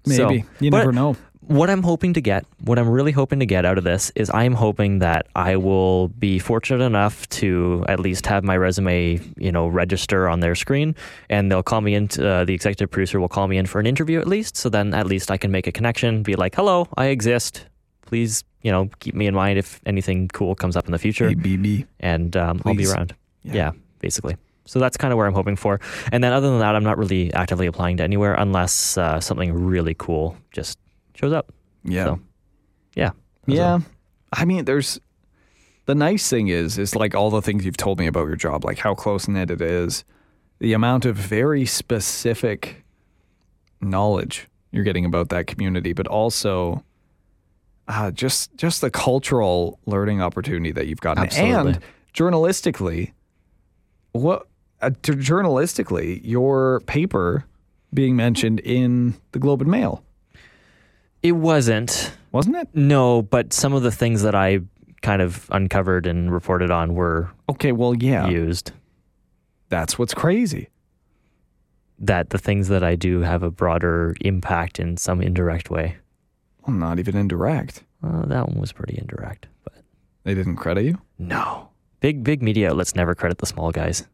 B: So-
C: Maybe. you
B: but-
C: never know.
B: what I'm hoping to get, what I'm really hoping to get out of this is I'm hoping that I will be fortunate enough to at least have my resume, you know, register on their screen and they'll call me in, to, uh, the executive producer will call me in for an interview at least. So then at least I can make a connection, be like, hello, I exist. Please, you know, keep me in mind if anything cool comes up in the future
C: Hey, BB.
B: and um, I'll be
C: Please.
B: around.
C: Yeah.
B: Yeah. basically. So that's kind of where I'm hoping for. And then other than that, I'm not really actively applying to anywhere unless uh, something really cool just shows up.
C: Yeah.
B: So, yeah.
C: Yeah. I mean, there's The nice thing is, is like all the things you've told me about your job, like how close knit it is, the amount of very specific knowledge you're getting about that community, but also uh, just just the cultural learning opportunity that you've gotten,
B: Absolutely.
C: and journalistically, what uh, t- journalistically your paper being mentioned in the Globe and Mail,
B: It wasn't.
C: wasn't it?
B: No, but some of the things that I kind of uncovered and reported on were
C: Okay, well, yeah,
B: used.
C: that's what's crazy.
B: That the things that I do have a broader impact in some indirect way.
C: Well, not even indirect.
B: Uh, that one was pretty indirect, but
C: They didn't credit you.
B: no. Big big media outlets never credit the small guys.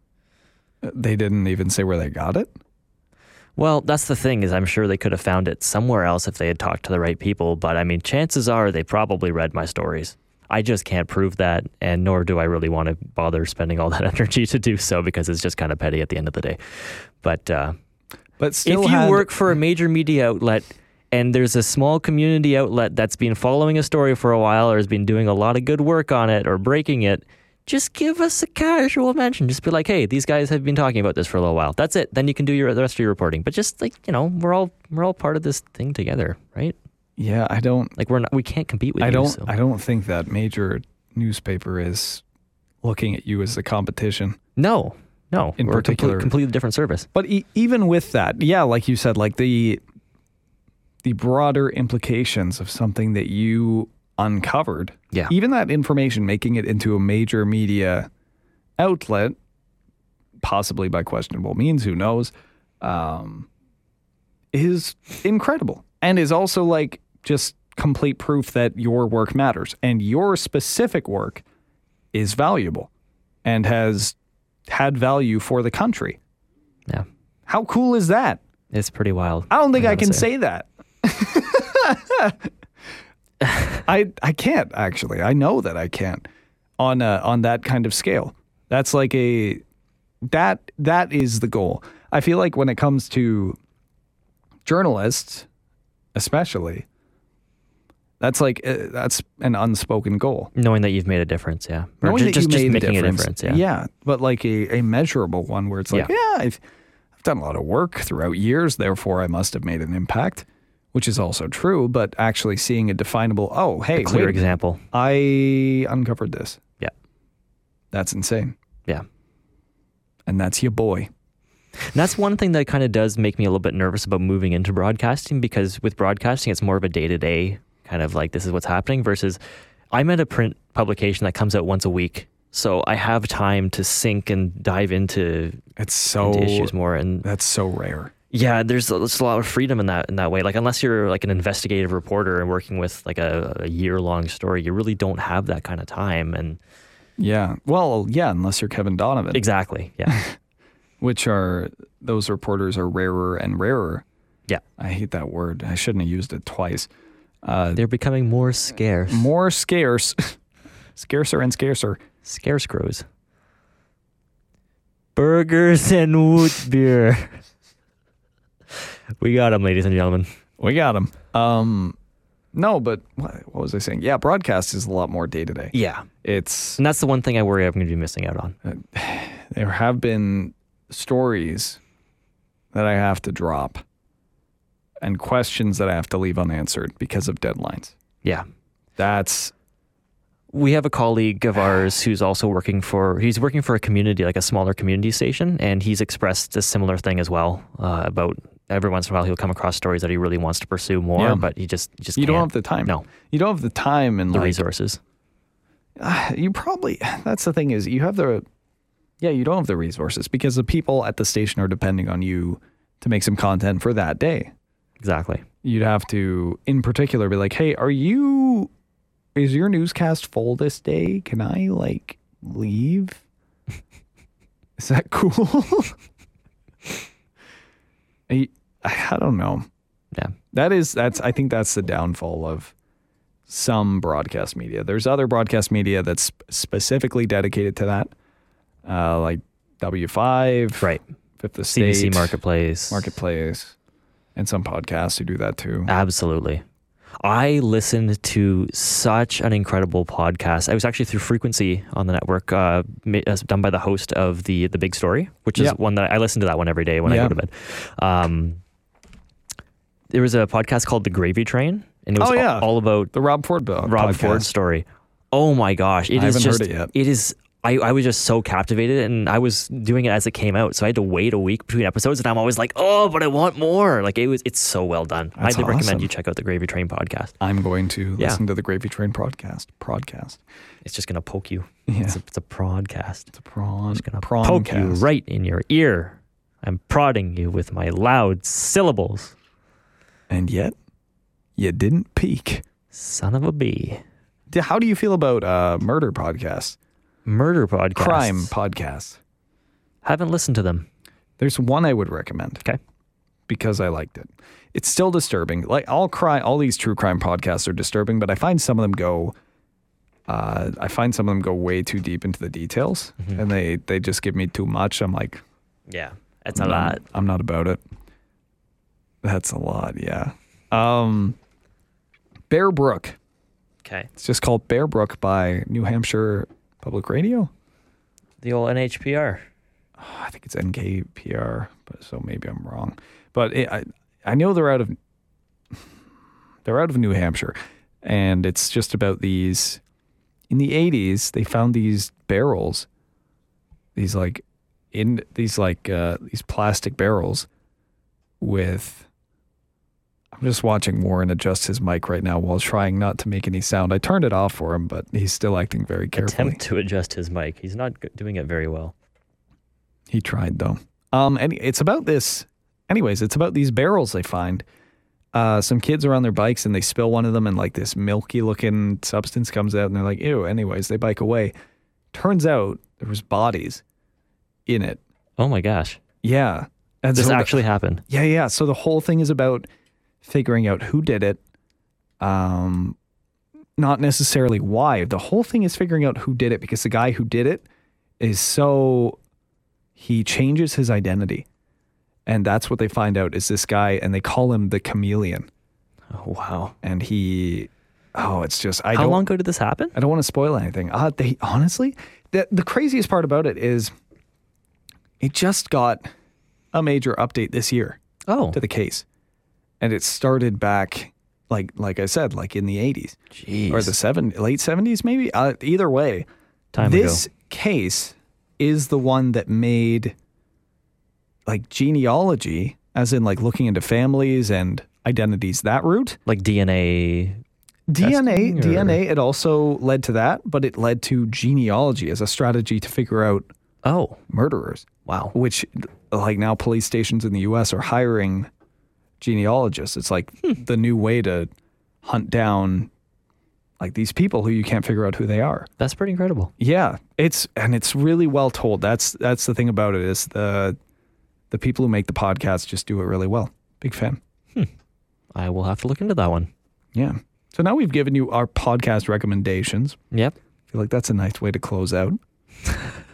C: Uh, They didn't even say where they got it.
B: Well, that's the thing is I'm sure they could have found it somewhere else if they had talked to the right people, but I mean chances are they probably read my stories. I just can't prove that and nor do I really want to bother spending all that energy to do so because it's just kind of petty at the end of the day. But uh,
C: But still,
B: if you
C: had-
B: work for a major media outlet and there's a small community outlet that's been following a story for a while or has been doing a lot of good work on it or breaking it, just give us a casual mention. Just be like, hey, these guys have been talking about this for a little while. That's it. Then you can do your the rest of your reporting. But just like you know, we're all we're all part of this thing together, right?
C: yeah, I don't,
B: Like we're not we can't compete with
C: I
B: you.
C: don't,
B: so.
C: I don't think that major newspaper is looking at you as a competition.
B: no, no.
C: In
B: we're a complete-
C: particular-
B: completely different service.
C: But e- even with that, yeah, like you said, like the the broader implications of something that you uncovered,
B: Yeah.
C: even that information making it into a major media outlet, possibly by questionable means, who knows, um, is incredible and is also like just complete proof that your work matters and your specific work is valuable and has had value for the country.
B: Yeah,
C: How cool is that?
B: it's pretty wild.
C: I don't think I,
B: gotta
C: can say that. I I can't actually. I know that I can't on uh, on that kind of scale. That's like a that that is the goal. I feel like when it comes to journalists, especially, that's like uh, that's an unspoken goal.
B: knowing that you've made a difference. Yeah, Or
C: Knowing
B: ju-
C: that
B: just,
C: you
B: just
C: made
B: making a difference. Yeah,
C: but like a, a measurable one where it's like, yeah,
B: Yeah.
C: I've, I've done a lot of work throughout years, therefore I must have made an impact, which is also true. But actually seeing a definable, oh, hey,
B: clear
C: wait,
B: example.
C: I uncovered this.
B: Yeah.
C: That's insane.
B: Yeah.
C: And that's your boy.
B: And that's one thing that kind of does make me a little bit nervous about moving into broadcasting because with broadcasting, it's more of a day to day kind of like this is what's happening versus I'm at a print publication that comes out once a week. So I have time to sink and dive into,
C: It's so,
B: into issues more. And
C: that's so rare.
B: yeah, there's, there's a lot of freedom in that in that way. Like unless you're like an investigative reporter and working with like a, a year long story, you really don't have that kind of time. And
C: Yeah. Well, yeah, unless you're Kevin Donovan.
B: exactly, yeah,
C: which are those reporters are rarer and rarer.
B: Yeah.
C: I hate that word. I shouldn't have used it twice. Uh,
B: they're becoming more scarce.
C: more scarce, scarcer and scarcer.
B: Scarecrows. Burgers and wood beer. we got them, ladies and gentlemen.
C: We got them. Um, no, but what, what was I saying? Yeah, broadcast is a lot more day to day.
B: Yeah.
C: It's
B: And that's the one thing I worry I'm going to be missing out on.
C: there have been stories that I have to drop and questions that I have to leave unanswered because of deadlines.
B: Yeah.
C: That's
B: we have a colleague of ours who's also working for he's working for a community like a smaller community station and he's expressed a similar thing as well uh, about every once in a while he'll come across stories that he really wants to pursue more
C: Yeah.
B: but he just he just
C: you don't
B: can't.
C: have the time.
B: no
C: You don't have the time and
B: the
C: like ah,
B: resources
C: you probably that's the thing is you have the yeah you don't have the resources because the people at the station are depending on you to make some content for that day
B: exactly
C: you'd have to in particular be like hey are you is your newscast full this day can i like leave is that cool I, I don't know
B: yeah
C: that is that's I think that's the downfall of some broadcast media. There's other broadcast media that's sp- specifically dedicated to that, uh, like W5,
B: right
C: Fifth Estate,
B: CBC marketplace
C: Marketplace, and some podcasts who do that too.
B: Absolutely. I listened to such an incredible podcast. I was actually through Frequency on the network, uh, ma- uh, done by the host of the the Big Story, which is
C: Yeah.
B: one that I listen to that one every day when I
C: Yeah.
B: go to bed. Um, there was a podcast called The Gravy Train, and it was
C: Oh,
B: all-
C: yeah.
B: all about
C: The Rob Ford book.
B: Rob Ford story. Oh my gosh, it
C: I
B: is
C: haven't heard
B: just
C: it yet.
B: it is. I, I was just so captivated and I was doing it as it came out. So I had to wait a week between episodes and I'm always like, oh, but I want more. Like it was it's so well done.
C: That's
B: I'd recommend
C: awesome.
B: you check out the Gravy Train podcast.
C: I'm going to
B: Yeah.
C: listen to the Gravy Train podcast. Podcast.
B: It's just gonna poke you.
C: Yeah.
B: It's, a, it's a podcast.
C: It's a prawn.
B: It's gonna
C: prawn
B: poke you
C: cast.
B: right in your ear. I'm prodding you with my loud syllables.
C: And yet, you didn't peak.
B: Son of a bee.
C: D- How do you feel about uh, murder podcasts,
B: Murder podcast.
C: crime podcasts?
B: Haven't listened to them.
C: There's one I would recommend.
B: Okay.
C: Because I liked it. It's still disturbing. Like all cry, all these true crime podcasts are disturbing, but I find some of them go. Uh, I find some of them go way too deep into the details,
B: Mm-hmm.
C: and they they just give me too much. I'm like,
B: Yeah. That's a
C: I'm not-
B: lot.
C: I'm not about it. That's a lot. Yeah. Um, Bear Brook.
B: Okay.
C: It's just called Bear Brook by New Hampshire Public Radio.
B: The old NHPR.
C: I think it's NKPR, but so maybe I'm wrong. But it, I I know they're out of they're out of New Hampshire, and it's just about these. In the 80s, they found these barrels, these like in these like uh, these plastic barrels with. I'm just watching Warren adjust his mic right now while trying not to make any sound. I turned it off for him, but he's still acting very carefully.
B: attempt to adjust his mic. He's not g- doing it very well.
C: He tried though. Um, and it's about this. Anyways, it's about these barrels they find. Uh, some kids are on their bikes and they spill one of them, and like this milky looking substance comes out, and they're like, "Ew." Anyways, they bike away. Turns out there was bodies in it.
B: Oh my gosh.
C: Yeah, and
B: This
C: so the-
B: actually happened.
C: yeah, yeah. So the whole thing is about figuring out who did it. Um, not necessarily why. The whole thing is figuring out who did it because the guy who did it is so he changes his identity. And that's what they find out is this guy and they call him the chameleon.
B: Oh, wow.
C: And he oh, it's just I
B: How
C: don't
B: long ago did this happen?
C: I don't want to spoil anything. Uh, they honestly, the the craziest part about it is it just got a major update this year
B: Oh,
C: to the case. And it started back like like I said, like in the 80s
B: jeez.
C: or the seven late 70s maybe. Uh, either way,
B: Time
C: this
B: ago.
C: case is the one that made like genealogy as in like looking into families and identities that route.
B: Like DNA.
C: DNA
B: Testing, or-
C: DNA it also led to that, but it led to genealogy as a strategy to figure out
B: Oh,
C: murderers
B: wow.
C: which like now police stations in the US are hiring genealogists. It's like the new way to hunt down like these people who you can't figure out who they are.
B: That's pretty incredible.
C: Yeah, it's and it's really well told. That's that's the thing about it is the the people who make the podcast just do it really well. Big fan.
B: I will have to look into that one.
C: Yeah. So now we've given you our podcast recommendations.
B: Yep.
C: I feel like that's a nice way to close out.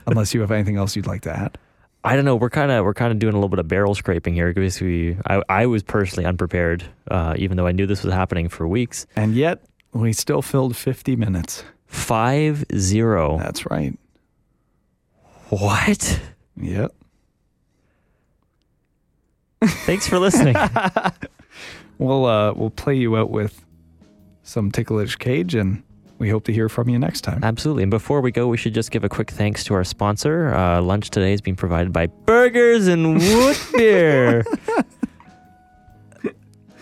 C: Unless you have anything else you'd like to add.
B: I don't know. We're kind of we're kind of doing a little bit of barrel scraping here because we I, I was personally unprepared, uh, even though I knew this was happening for weeks.
C: And yet we still filled 50 minutes.
B: Five zero.
C: That's right.
B: What?
C: Yep.
B: Thanks for listening.
C: We'll uh, we'll play you out with some ticklish cage, and we hope to hear from you next time.
B: Absolutely. And before we go, we should just give a quick thanks to our sponsor. Uh, lunch today is being provided by Burgers and Wood Beer.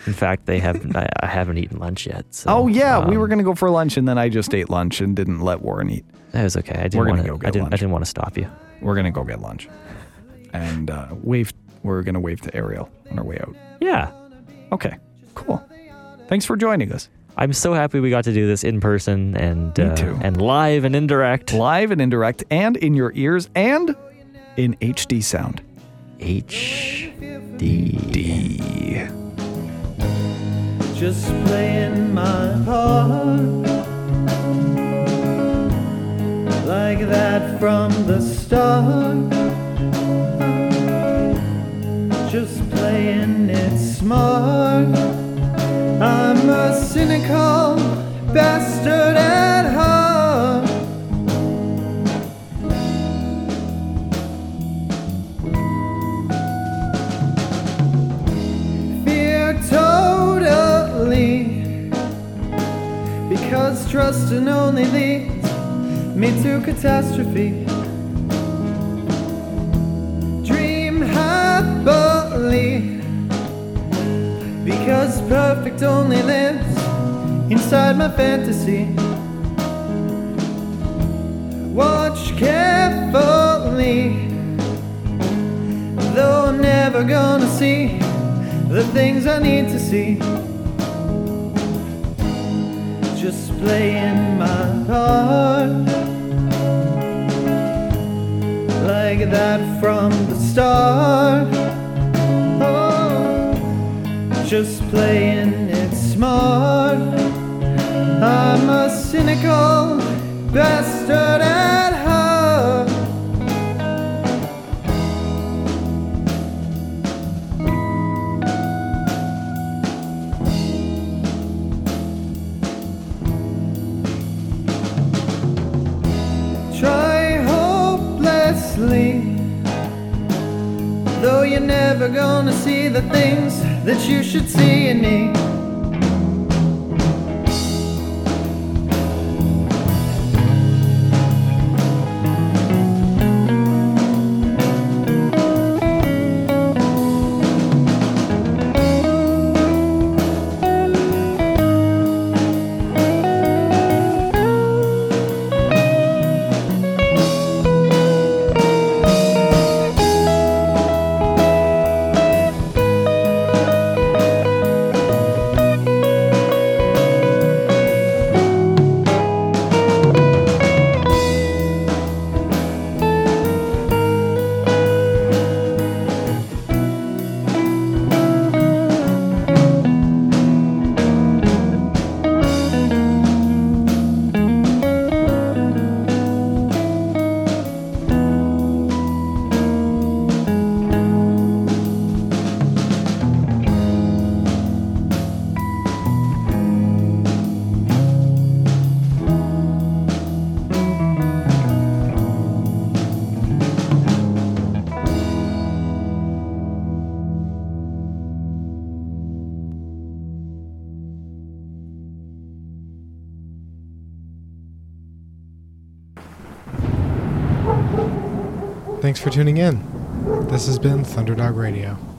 B: In fact, they haven't. I, I haven't eaten lunch yet. So,
C: oh yeah, we
B: um,
C: were gonna go for lunch, and then I just ate lunch and didn't let Warren eat.
B: That was okay. I didn't
C: We're gonna
B: want
C: go
B: to.
C: get
B: I didn't. I
C: lunch.
B: didn't want to stop you.
C: We're gonna go get lunch, and uh, wave. We're gonna wave to Ariel on our way out.
B: Yeah,
C: Okay, cool. Thanks for joining us
B: I'm so happy we got to do this in person and
C: Me
B: uh,
C: too.
B: and live and indirect.
C: live and indirect, and in your ears, and in HD sound.
B: H D.
C: D.
D: just playing my part like that from the start just playing it smart i'm I'm a cynical bastard at heart. Fear totally, because trusting only leads me to catastrophe. Dream happily. Because perfect only lives inside my fantasy. Watch carefully, though I'm never gonna see the things I need to see. Just playing my part like that from the start. Oh just playing it smart. I'm a cynical bastard at heart. Try hopelessly. Though you're never gonna see the things that you should see in me.
A: Thanks for tuning in. This has been Thunderdog Radio.